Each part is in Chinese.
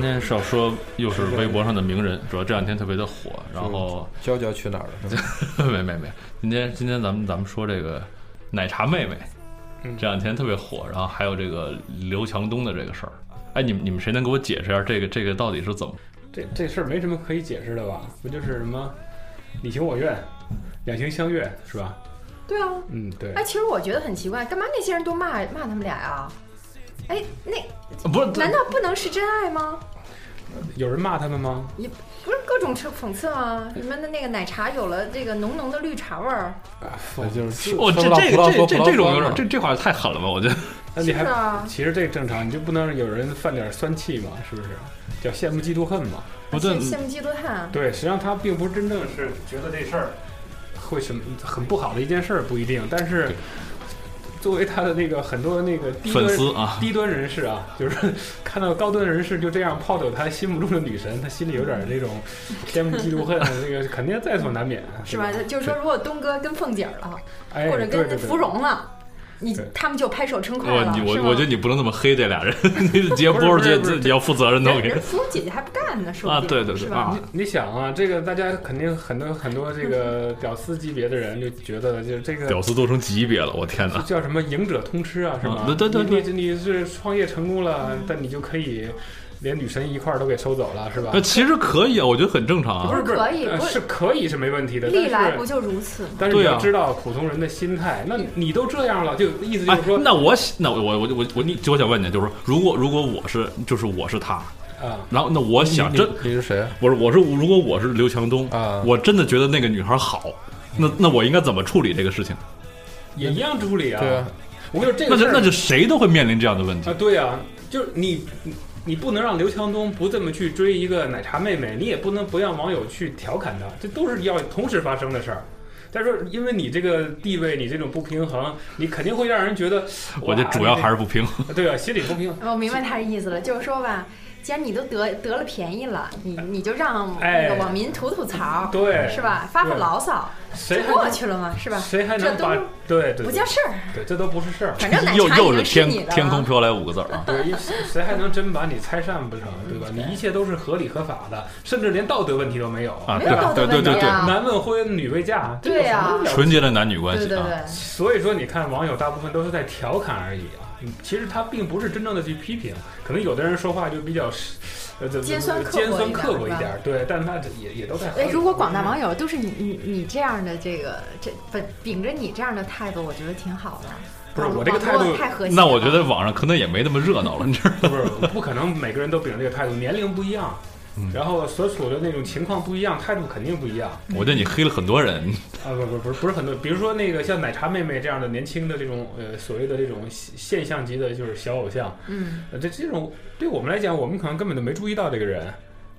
天少说，又是微博上的名人，主要这两天特别的火。然后娇娇去 哪儿了？没没没，今天今天咱们咱们说这个奶茶妹妹，这两天特别火。然后还有这个刘强东的这个事儿，哎，你们你们谁能给我解释一下这个这个到底是怎么？这这事儿没什么可以解释的吧？不就是什么你情我愿，两情相悦是吧？对啊，嗯，对哎，。其实我觉得很奇怪，干嘛那些人都骂骂他们俩呀？哎，那呃不是，难道不能是真爱吗？有人骂他们吗？不是各种吃讽刺吗？你们的那个奶茶有了这个浓浓的绿茶味儿，啊我就是我哦这分不到这葡个这萄说葡这萄这种酸有点嘛这这话太狠了吧？ 我觉得那你是不还是啊？其实这正常，你就不能有人犯点酸气嘛？是不是？叫羡慕嫉妒恨嘛？不对，羡慕嫉妒恨，对，实际上他并不是真正是觉得这事儿会什么很不好的一件事儿，不一定。但是对作为他的那个很多那个低端粉丝啊，低端人士啊， 就是看到高端人士就这样泡走他心目中的女神，他心里有点那种羡慕嫉妒恨，那个肯定在所难免，啊 是吧？对就是说，如果东哥跟凤姐儿了，哎，或者对对对跟芙蓉了，你对他们就拍手称快我了，你是我吗我觉得你不能那么黑这 俩人，你节不是波不是姐不是自己要负责任的，我人跟你人说。芙蓉姐姐还不干呢，说啊不定对对对是吧？啊你想啊，这个大家肯定很多很多这个屌丝级别的人就觉得，就是这个屌丝都成级别了，我天哪！叫什么“赢者通吃”啊，是吧啊？对对对对你你你是创业成功了，但你就可以连女神一块儿都给收走了，是吧那？其实可以啊，我觉得很正常不啊。是可以呃不是是可以是没问题的，历来但不是就如此吗？但是你对啊要知道普通人的心态，那你都这样了，就意思就哎是说，那我那我我我我你我想问你，就是说如果如果我是就是我是他，啊，然后那我想真你是谁啊？我是我是如果我是刘强东，啊我真的觉得那个女孩好，那那我应该怎么处理这个事情？也一样处理啊。对啊，我跟你那说这个事就儿那就谁都会面临这样的问题啊，。对啊，就是你你你不能让刘强东不这么去追一个奶茶妹妹，你也不能不让网友去调侃他，这都是要同时发生的事儿。但是因为你这个地位，你这种不平衡，你肯定会让人觉得，我觉得主要还是不平衡。是对啊，心理不平衡。我哦明白他的意思了，就是说吧，既然你都得得了便宜了，你你就让哎那个网民吐吐槽，对是吧？发发对牢骚，谁就还过能去了嘛，是吧？谁还这能都把对对不对叫事儿，对，这都不是事儿。反正奶又茶又是已经是天你的天空了。飘来五个字儿啊！对，因为谁谁还能真把你拆散不成，对吧？嗯你一切都是合理合法的，甚至连道德问题都没有啊，没对有道德对对对问题啊对，男问婚，女为嫁，这对啊有什么了不起纯洁的男女关对系对啊。对，所以说，你看网友大部分都是在调侃而已啊，嗯其实他并不是真正的去批评，可能有的人说话就比较是，呃，这这尖酸刻薄一尖点酸刻薄一是点吧儿，对，但他这也也都在。哎，如果广大网友都是你你你这样的这个这本秉着你这样的态度，我觉得挺好的。不是网我这个态度网络太和谐了。那我觉得网上可能也没那么热闹了，你知道吗？不是 不可能每个人都秉着这个态度，年龄不一样嗯，然后所处的那种情况不一样，态度肯定不一样我觉得你黑了很多人，啊！不不不是不是很多，比如说那个像奶茶妹妹这样的年轻的这种呃所谓的这种现现象级的，就是小偶像，嗯，呃，这这种对我们来讲，我们可能根本就没注意到这个人，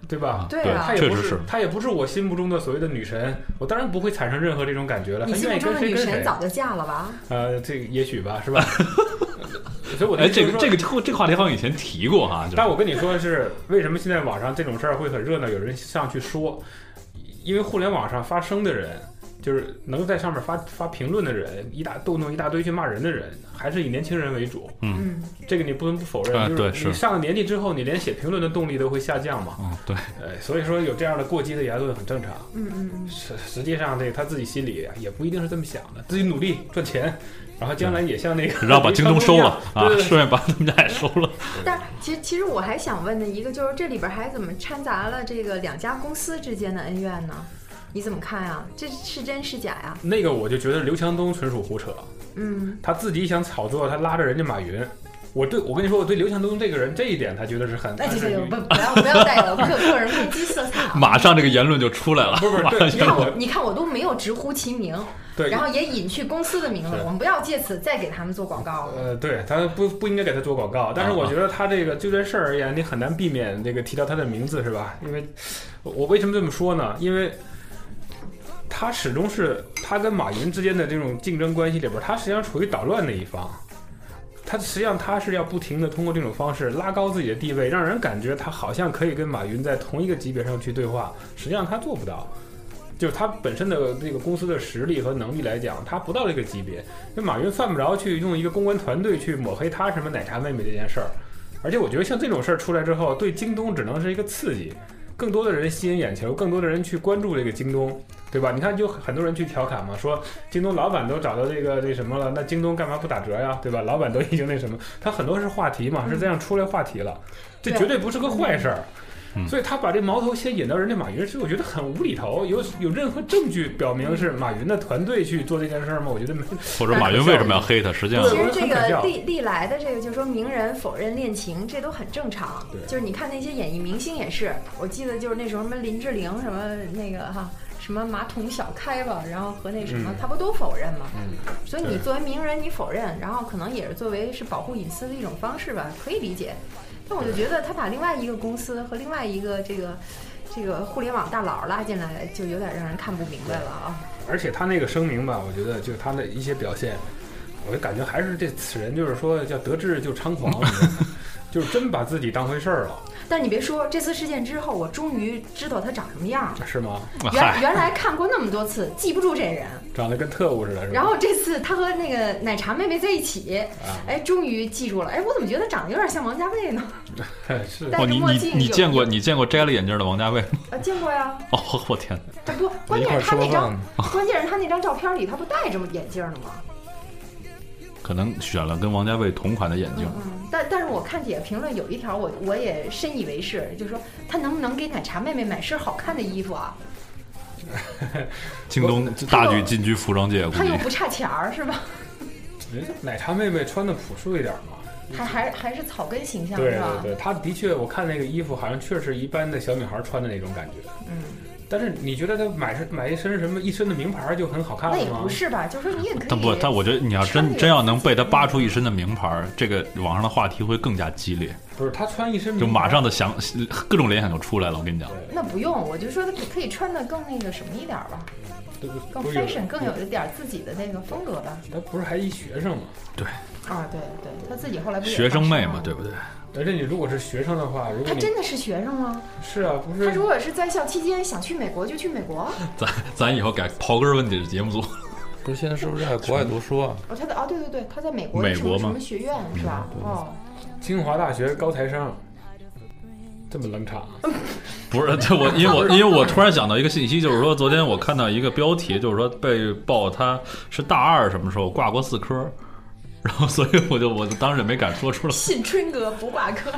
对吧？对对啊她也确不实是是，她也不是我心目中的所谓的女神，我当然不会产生任何这种感觉了。你她心愿目意中跟的谁女跟神谁，早就嫁了吧？呃，这个也许吧，是吧？ 所以我的哎，意思这个就是说这个，这个话题好像以前提过哈，就是但我跟你说的是，为什么现在网上这种事儿会很热闹，有人上去说，因为互联网上发声的人。就是能在上面发发评论的人，一大动弄一大堆去骂人的人，还是以年轻人为主。嗯，这个你不能不否认，啊就对是是你上了年纪之后，你连写评论的动力都会下降嘛。嗯，对，呃，所以说有这样的过激的言论很正常。嗯嗯嗯，实实际上，这个他自己心里也不一定是这么想的，自己努力赚钱，然后将来也像那个，然后把京东收了 啊，对对对顺便把他们家也收了。 但是其实其实我还想问的一个就是这里边还怎么掺杂了这个两家公司之间的恩怨呢？你怎么看呀、这是真是假呀、那个我就觉得刘强东纯属胡扯，嗯，他自己想炒作，他拉着人家马云。我对我跟你说，我对刘强东这个人这一点，他觉得是很那暗这示 个于不不要不要带有个个人攻击色彩啊。马上这个言论就出来了，不是不 是马对 上你就看我，你看我都没有直呼其名， 对，然后也隐去公司的名字是，我们不要借此再给他们做广告了。呃，对他不不应该给他做广告，但是我觉得他这个就这事儿而言，你很难避免这个提到他的名字是吧？因为我我为什么这么说呢？因为他始终是他跟马云之间的这种竞争关系里边儿，他实际上处于捣乱的一方。他实际上他是要不停的通过这种方式拉高自己的地位，让人感觉他好像可以跟马云在同一个级别上去对话，实际上他做不到。就是他本身的这个公司的实力和能力来讲，他不到这个级别。那马云犯不着去用一个公关团队去抹黑他什么奶茶妹妹这件事儿，而且我觉得像这种事儿出来之后，对京东只能是一个刺激，更多的人吸引眼球，更多的人去关注这个京东，对吧？你看，就很多人去调侃嘛，说京东老板都找到这个那什么了，那京东干嘛不打折呀，对吧？老板都已经那什么，他很多是话题嘛，是这样出来话题了，这对绝对不是个坏事儿。嗯所以他把这矛头先引到人家马云，所以我觉得很无厘头。有有任何证据表明是马云的团队去做这件事儿吗？我觉得没。或者马云为什么要黑他？实际上对其实我这很搞个笑历历来的这个，就是说名人否认恋情，这都很正常对。就是你看那些演艺明星也是，我记得就是那时候什么林志玲什么那个哈。什么马桶小开吧，然后和那什么，嗯他不都否认吗？嗯所以对你作为名人，你否认，然后可能也是作为是保护隐私的一种方式吧，可以理解。但我就觉得他把另外一个公司和另外一个这个这个互联网大佬拉进来，就有点让人看不明白了啊。而且他那个声明吧，我觉得就他的一些表现，我就感觉还是这此人就是说叫得志就猖狂， 就是真把自己当回事儿了，但你别说，这次事件之后，我终于知道他长什么样了。是吗？ 原嗨，原来看过那么多次，记不住这人。长得跟特务似的，是吧？然后这次他和那个奶茶妹妹在一起，啊，哎，终于记住了。哎，我怎么觉得长得有点像王家卫呢？ 是戴哦，着你墨你镜你有见过你见过摘了眼镜的王家卫吗？ 啊，见过呀。哦，我天，他不，关一块键儿是他吃过那张 饭，关键是他那张照片里他不戴着眼镜呢吗？可能选了跟王家卫同款的眼镜嗯。嗯。但但是我看底下评论有一条我，我也深以为是，就是说他能不能给奶茶妹妹买身好看的衣服啊？京东大举进军服装界，估他又计不差钱儿是吧？人家奶茶妹妹穿的朴素一点嘛。还还还是草根形象对是吧对？对，她的确，我看那个衣服好像确实一般的小女孩穿的那种感觉。嗯。但是你觉得她买身买一身什么一身的名牌就很好看那也了吗不？是吧？就是说你也可以。但不，但我觉得你要穿真着真要能被他扒出一身的名牌儿，这个网上的话题会更加激烈，不是，她穿一嗯身就名牌马上的想呃各种联想就出来了。我跟你讲，对那不用，我就说他可以穿的更那个什么一点儿吧，对对更不是有 fashion，更有一点儿自己的那个风格吧。她不是还一学生吗？啊，对对，他自己后来不也学生妹发声嘛，了对。不对？而且你如果是学生的话，如果他你真的是学生吗？是啊，不他是如果是在校期间想去美国就去美国。咱咱以后改刨根问底的节目组，不是现在是不是还国外读书啊？哦，他在哦，对对对，他在美国美什么国什吗么学院是吧？哦，清华大学高材生，这么冷场，啊不是这我，因为我因为我突然想到一个信息，就是说昨天我看到一个标题，就是说被曝他是大二什么时候挂过四科，然后所以我就我就当时也没敢说出来。信春哥不挂科，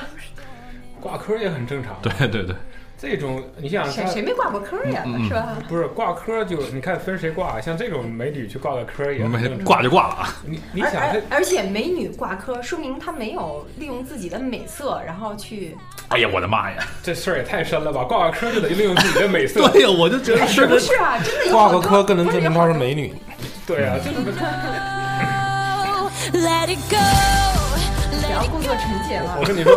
挂科也很正常。，对对对，这种你想谁他谁没挂过科呀？嗯嗯是吧？不是挂科就你看分谁挂，啊像这种美女去挂个科也很没正常。挂就挂了啊。你你而想而这而且美女挂科，说明她没有利用自己的美色，然后去哎呀，我的妈呀！这事儿也太深了吧？挂个科就得利用自己的 美色，对呀，我就觉得是不是啊，真的有挂好个多科更能证明她是不美女。对啊，就是有只要工作纯洁了我。跟你说，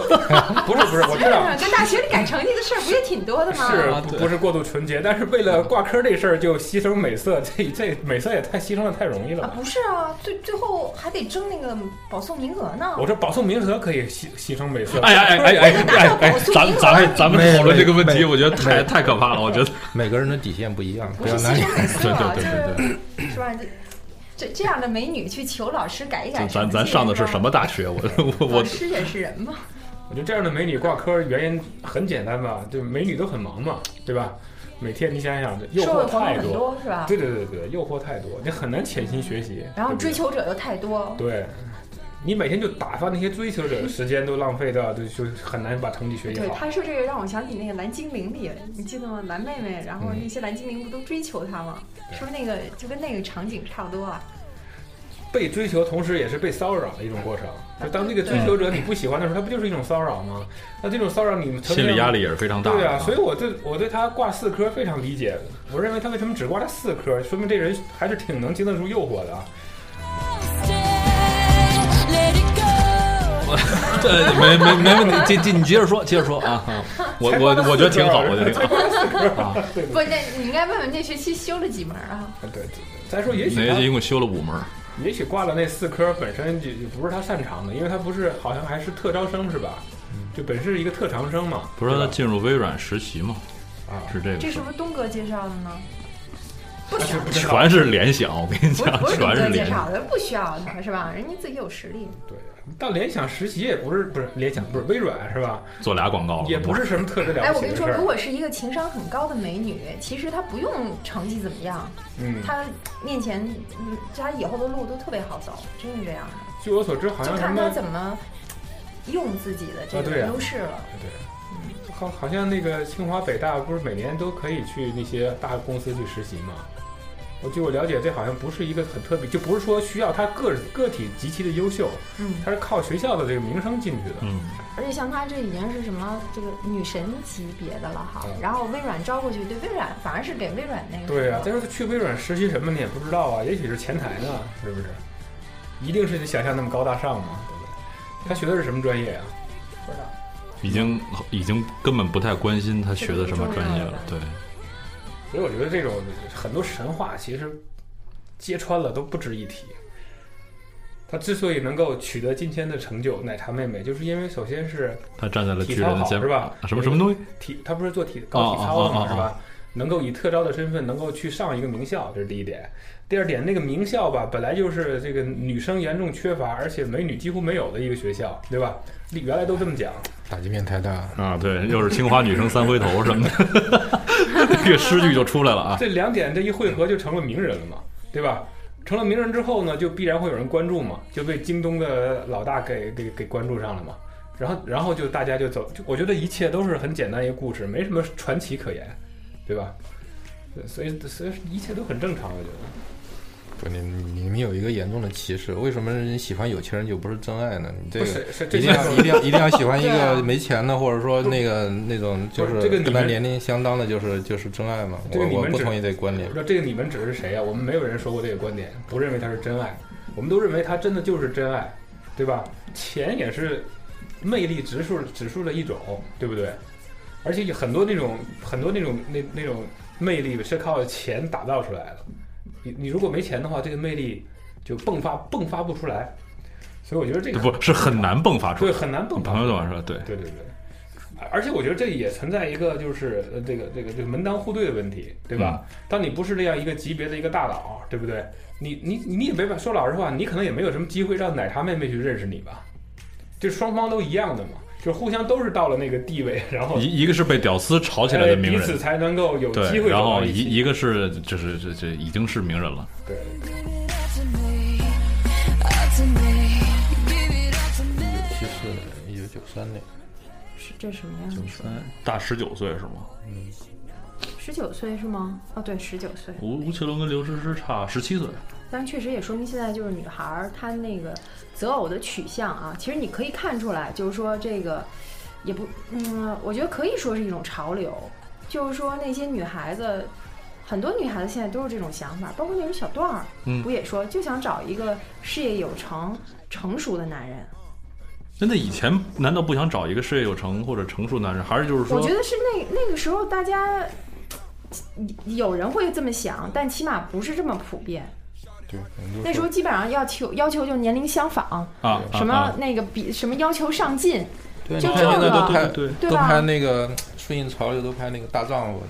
不是不是，我知道是跟大学里改成绩的事儿不也挺多的吗？是啊不对不是过度纯洁，但是为了挂科这事儿就牺牲美色，这这美色也太牺牲的太容易了啊，吧。不是啊，最最后还得争那个保送名额呢。我说保送名额可以牺牺牲美色，哎呀哎哎哎哎哎，咱咱们咱们讨论这个问没题，没我觉得太太可怕了。我觉得每个人的底线不一样，不不是要牺拿你。牲美色啊，对对对对就是是吧？这这这样的美女去求老师改一改咱成绩，咱咱上的是吧什么？大学？我我老我师也是人嘛。我觉得这样的美女挂科原因很简单吧，就美女都很忙嘛，对吧？每天你想想，这诱社会惑朋太友很多，多是啊吧？对对对对，诱惑太多，你很难潜心学习，然后追求求者又太多，对。你每天就打发那些追求者的时间都浪费掉，就就很难把成绩学习对，好。他说这个让我想起那个蓝精灵里，你记得吗？蓝妹妹，然后嗯那些蓝精灵不都追求她吗？是不是那个就跟那个场景差不多啊？被追求同时也是被骚扰的一种过程。就当这个追求者你不喜欢的时候，他不就是一种骚扰吗？那这种骚扰你心理压力力也是非常大的。对啊，所以我对我对他挂四科非常理解。我认为他为什么只挂了四科，说明这人还是挺能经得住诱惑的啊。对，没没没问题，接接你接着说，接着说啊！我我我觉得挺好，我觉得挺好。不，那你应该问问这学期修了几门啊？对对，再说也许那一他共修了五门儿，也许挂了那四科本身就就不是他擅长的，因为他不是好像还是特招生是吧？就本是一个特长生嘛，嗯不是对他吧进入微软实习吗？啊，是这个这事是儿，不是东哥介绍的呢？不那需是要，不知道全是联想，我跟你 不是讲，不是东全是哥介联想。绍的，不需要的是吧？人家自己有实力。对，到联想实习也不是不是联想不是微软是吧？做俩广告了也不是什么特别了哎，不我起的跟事你说，如儿。果是一个情商很高的美女，其实她不用成绩怎么样，嗯，她面前，嗯，她以后的路都特别好走，真是这样的，据我所知，好就像什看么她怎么用自己的这啊对个啊优势了。对，好，好像那个清华北大不是每年都可以去那些大公司去实习吗？我据我了解，这好像不是一个很特别，就不是说需要他个个体极其的优秀，嗯，他是靠学校的这个名声进去的。嗯，而且像她这已经是什么这个女神级别的了哈。嗯然后微软招过去，对微软反而是给微软那个对啊，什再么说去微软实习什么你也不知道啊，也许是前台呢，是不是？一定是你想象那么高大上吗？对不对？他学的是什么专业啊？不知道已经已经根本不太关心他学的什么专业了，对，所以我觉得这种很多神话其实揭穿了都不值一提。他之所以能够取得今天的成就，奶茶妹妹，就是因为首先是他站在了体巨操人的好肩是膀，吧？什么什么东西？体，他不是做体搞体操的哦哦哦嘛，哦是吧？能够以特招的身份能够去上一个名校，这是第一点。第二点，那个名校吧，本来就是这个女生严重缺乏，而且美女几乎没有的一个学校，对吧？原来都这么讲，打击面太大了。啊，对，又是清华女生三回头什么的，这个诗句就出来了啊。这两点这一汇合就成了名人了嘛，对吧？成了名人之后呢，就必然会有人关注嘛，就被京东的老大给给给关注上了嘛。然后，然后就大家就走，就我觉得一切都是很简单一个故事，没什么传奇可言，对吧？对所以，所以一切都很正常，我觉得。不，你你你们有一个严重的歧视，为什么人喜欢有钱人就不是真爱呢？你这不个是，是一这定些要一定要一定要喜欢一对啊个没钱的，或者说那个那种就不是是这个你跟他们年龄相当的，就是就是真爱嘛。这个我你我们不只同意这个观点我。说这个你们指的是谁啊呀、我们没有人说过这个观点，不认为他是真爱，我们都认为他真的就是真爱，对吧？钱也是魅力指数指数的一种，对不对？而且有很多那种很多那种那那种魅力是靠钱打造出来的，你你如果没钱的话，这个魅力就迸发迸发不出来，所以我觉得这个不是很难迸发出对来。很难迸你发朋友出怎来么说？对，对对对，而且我觉得这也存在一个就是呃这个这个这个门当户对的问题，对吧？嗯当你不是那样一个级别的一个大佬，对不对？你你你也没法说老实话，你可能也没有什么机会让奶茶妹妹去认识你吧？就双方都一样的嘛，就互相都是到了那个地位，然后一一个是被屌丝炒起来的名哎彼此人，才能够有机对，会然走后到一起一个是就是这这已经是名人了，对。七四年，一九九三年，是这什么呀？你说大十九岁是吗？十九岁是吗？哦，对，十九岁。吴吴奇隆跟刘诗诗差十七岁，但是确实也说明现在就是女孩儿她那个择偶的取向啊，其实你可以看出来，就是说这个也不，嗯，我觉得可以说是一种潮流，就是说那些女孩子，很多女孩子现在都是这种想法，包括那种小段儿，嗯不也说就想找一个事业有成、成熟的男人？那那以前难道不想找一个事业有成或者成熟男人，还是就是说我觉得是那那个时候大家。有人会这么想，但起码不是这么普遍。对，我们就那时候说基本上要求要求就是年龄相仿，啊什啊么啊那个比什么要求上进，对，就你看现在都这个拍对对对都吧拍那个顺应潮流，都拍那个大丈夫，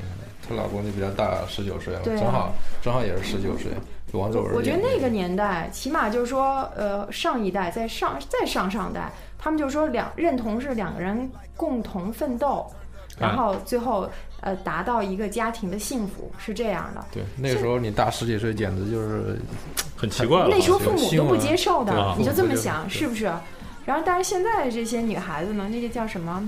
她老公就比较大，十九岁了，对啊正好正好也是十九岁，就王我祖文。我觉得那个年代，起码就是说，呃，上一代在上再上上代，他们就说两认同是两个人共同奋斗，啊然后最后呃达到一个家庭的幸福是这样的。对，那个时候你大十几岁，简直就是很奇怪了啊那时候好父像母新都不闻接受对的啊，你就父这母不么接受想对是不是？然后，但是现在这些女孩子呢，那个叫什么？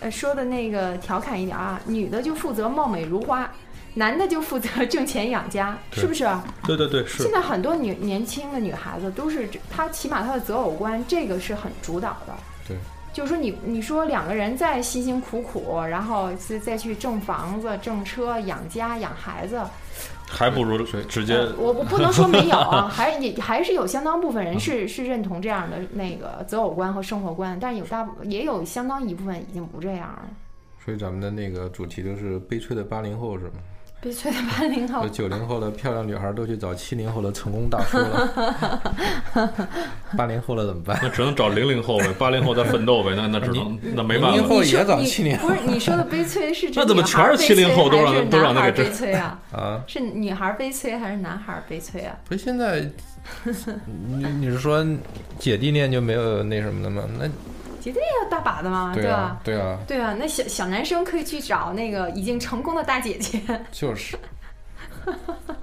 呃，说的那个调侃一点啊，女的就负责貌美如花，男的就负责挣钱养家，对是不是？对对对是现在很多女年轻的女孩子都是这，她起码她的择偶观这个是很主导的。对，就是说你你说两个人再辛辛苦苦，然后再再去挣房子、挣车、养家、养孩子，还不如直接呃我我不能说没 有啊，还也还是有相当部分人嗯是是认同这样的那个择偶观和生活观，但有大部也有相当一部分已经不这样了。所以咱们的那个主题就是悲催的八零后是吗？被催的八零后就，呃九零后的漂亮女孩都去找七零后的成功大叔了，八零后了怎么办？那只能找零零后呗，八零后在奋斗呗，那那只能那没办零零法。后你说也找你70不是你说的悲催是指 那怎么女孩全是70后都让悲催还是都让他男孩给治悲催啊？啊，是女孩悲催还是男孩悲催啊？不是现在，你你是说姐弟恋就没有那什么的吗？那绝啊对要大把的嘛，对吧啊？，对啊，对啊，那小小男生可以去找那个已经成功的大姐姐，就是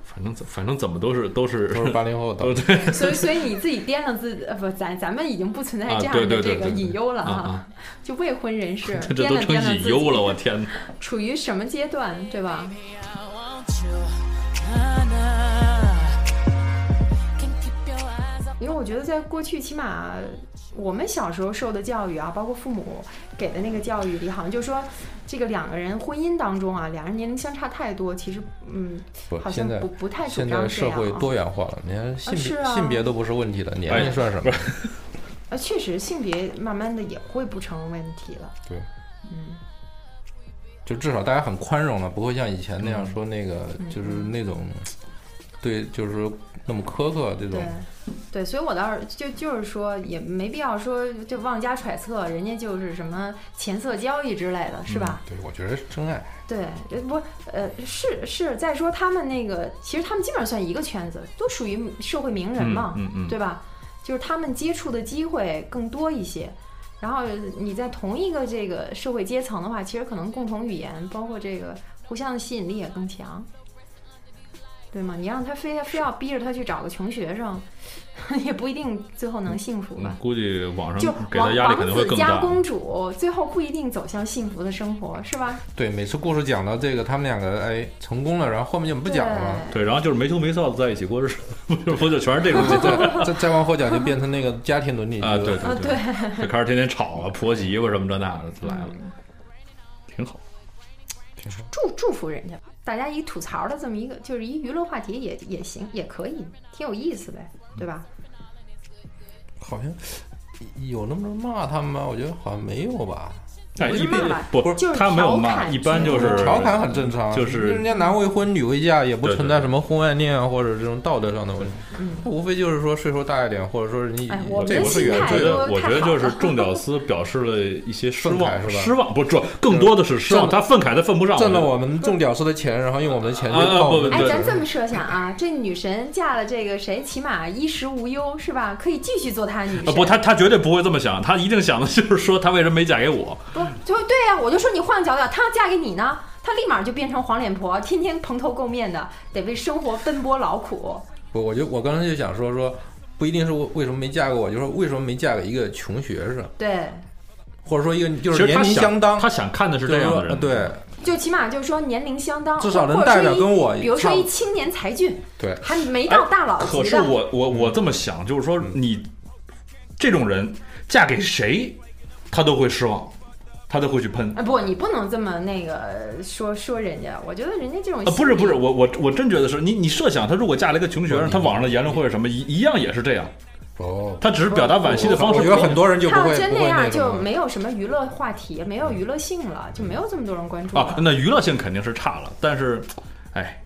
反正反正怎么都是都是都是八零后都的，对所以所以你自己掂量自己，呃，不，咱咱们已经不存在啊这样对的对这对个对对隐忧 了啊啊，就未婚人士 这掂这都量掂成量隐自忧己了，我天 哪！处于什么阶段，对吧？ Maybe I want you. Nah, nah. Can keep your eyes up. 因为我觉得在过去，起码我们小时候受的教育啊，包括父母给的那个教育里，好像就说这个两个人婚姻当中啊，两人年龄相差太多，其实嗯，不好像现在不不太主现张在这社样会啊。多元化了，你看性是别、啊性别都不是问题了，年龄哎算什么？呃，确实性别慢慢的也会不成问题了。对，嗯，就至少大家很宽容了，不会像以前那样嗯说那个，就是那种对，就是说那么苛刻这种对。，对，所以我倒是就就是说，也没必要说就妄加揣测，人家就是什么钱色交易之类的，是吧？对，我觉得是真爱。对，呃不，呃，是是，再说他们那个，其实他们基本上算一个圈子，都属于社会名人嘛，嗯嗯嗯对吧？就是他们接触的机会更多一些，然后你在同一个这个社会阶层的话，其实可能共同语言，包括这个互相的吸引力也更强，对吗？你让他非非要逼着他去找个穷学生， 也不一定最后能幸福吧。嗯估计网就上给他王压力王肯定会子更家大。公主最后不一定走向幸福的生活，是吧？对，每次故事讲到这个，他们两个哎成功了，然后后面就不讲了对对，然后就是没羞没臊的在一起过日子， 不就不就全是这种节奏嘛。再再往后讲就变成那个家庭伦理剧啊？了。对啊，对嗯对，，就开始天天吵啊，婆媳妇什么这那的就来了，挺好。祝祝福人家吧，大家一吐槽的这么一个，就是一娱乐话题也也行，也可以，挺有意思呗，对吧？好像有那么多骂他们吗？我觉得好像没有吧。但不是一般骂吧不就是他没有调骂，侃一般就是调侃很正常，就是人家男未婚女未嫁，也不对存对在对什么婚外恋啊或者这种道德上的问题。他无非就是说岁数大一点，或者说人家哎我这们不是原我觉心态罪。得，太我觉得就是好了众屌丝表示了一些失愤望慨，是吧失望不是，更多的是失望。挣他愤慨，他愤不上。挣了我我们众屌丝的钱，然后用我们的钱去啊啊泡不我们不哎，对咱这么设想啊，这女神嫁了这个谁，起码衣食无忧是吧？可以继续做她女觉得。神。啊不，他他绝对不会这么想，他一定想的就是说，他为什么没嫁给我？不就对呀、我就说你换个角度，她嫁给你呢，她立马就变成黄脸婆，天天蓬头垢面的，得为生活奔波劳苦。不，我就我刚才就想说说，不一定是为什么没嫁给我，就是说为什么没嫁给一个穷学生，对，或者说一个就其是实年他龄相想，当他，想看的是就是这样说呃的人。对就起码就是说年龄相当，至少能哦或者代表说一跟我比如说差不一青年才俊，对，还没到大佬级的。哎可是我我我这么想，就是说你这种人嫁给谁，他都会失望，他都会去喷。啊，不，你不能这么那个说说人家，我觉得人家这种啊，不是心理不是，，我我我真觉得是你你设想，他如果嫁了一个穷学生，他网上的言论会是什么，一一样也是这样，哦，他只是表达惋惜的方式我不一觉样。得很多人就不他要会真不会样那就啊种没有什么娱乐话题，没有娱乐性了，就没有这么多人关注了。啊，那娱乐性肯定是差了，但是，哎，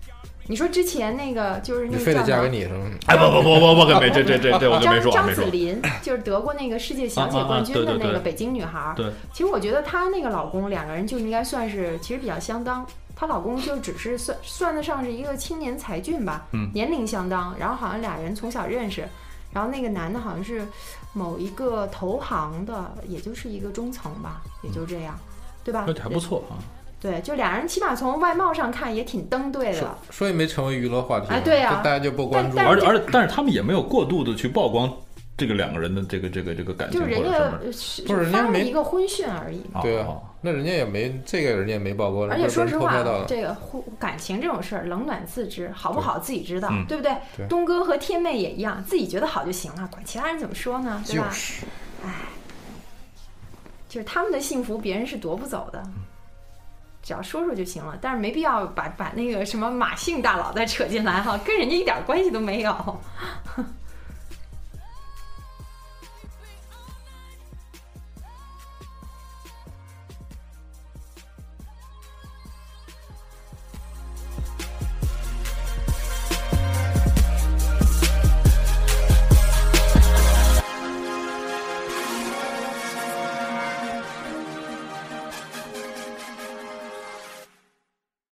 你说之前那个就是那你个非得叫嫁什给么你是吗？哎不不不不不可没这这这这我就没张说啊张没说子，琳，就是德国那个世界小姐啊啊啊冠军对的对那个对北京女孩儿。对其实我觉得她那个老公两个人就应该算是其实比较相当，她老公就只是算算得上是一个青年才俊吧，嗯年龄相当，然后好像俩人从小认识，然后那个男的好像是某一个投行的，也就是一个中层吧，也就这样，对吧嗯那？还不错啊。对，就俩人起码从外貌上看也挺登对的，所以没成为娱乐话题哎对呀就大家就不关注但。而且而且，但是他们也没有过度的去曝光这个两个人的这个这个这个感就情是或者人家什么。呃是不是人家发了没一个婚讯而已嘛。啊对啊啊，那人家也没这个，人家也没曝光，而且说实人家偷话啊拍到，了这个互感情这种事儿，冷暖自知，好不好自己知道，嗯对不对？对东哥和天妹也一样，自己觉得好就行了，管其他人怎么说呢，对吧？就是就是他们的幸福，别人是夺不走的，嗯只要说说就行了。但是没必要把把那个什么马姓大佬再扯进来哈，跟人家一点关系都没有。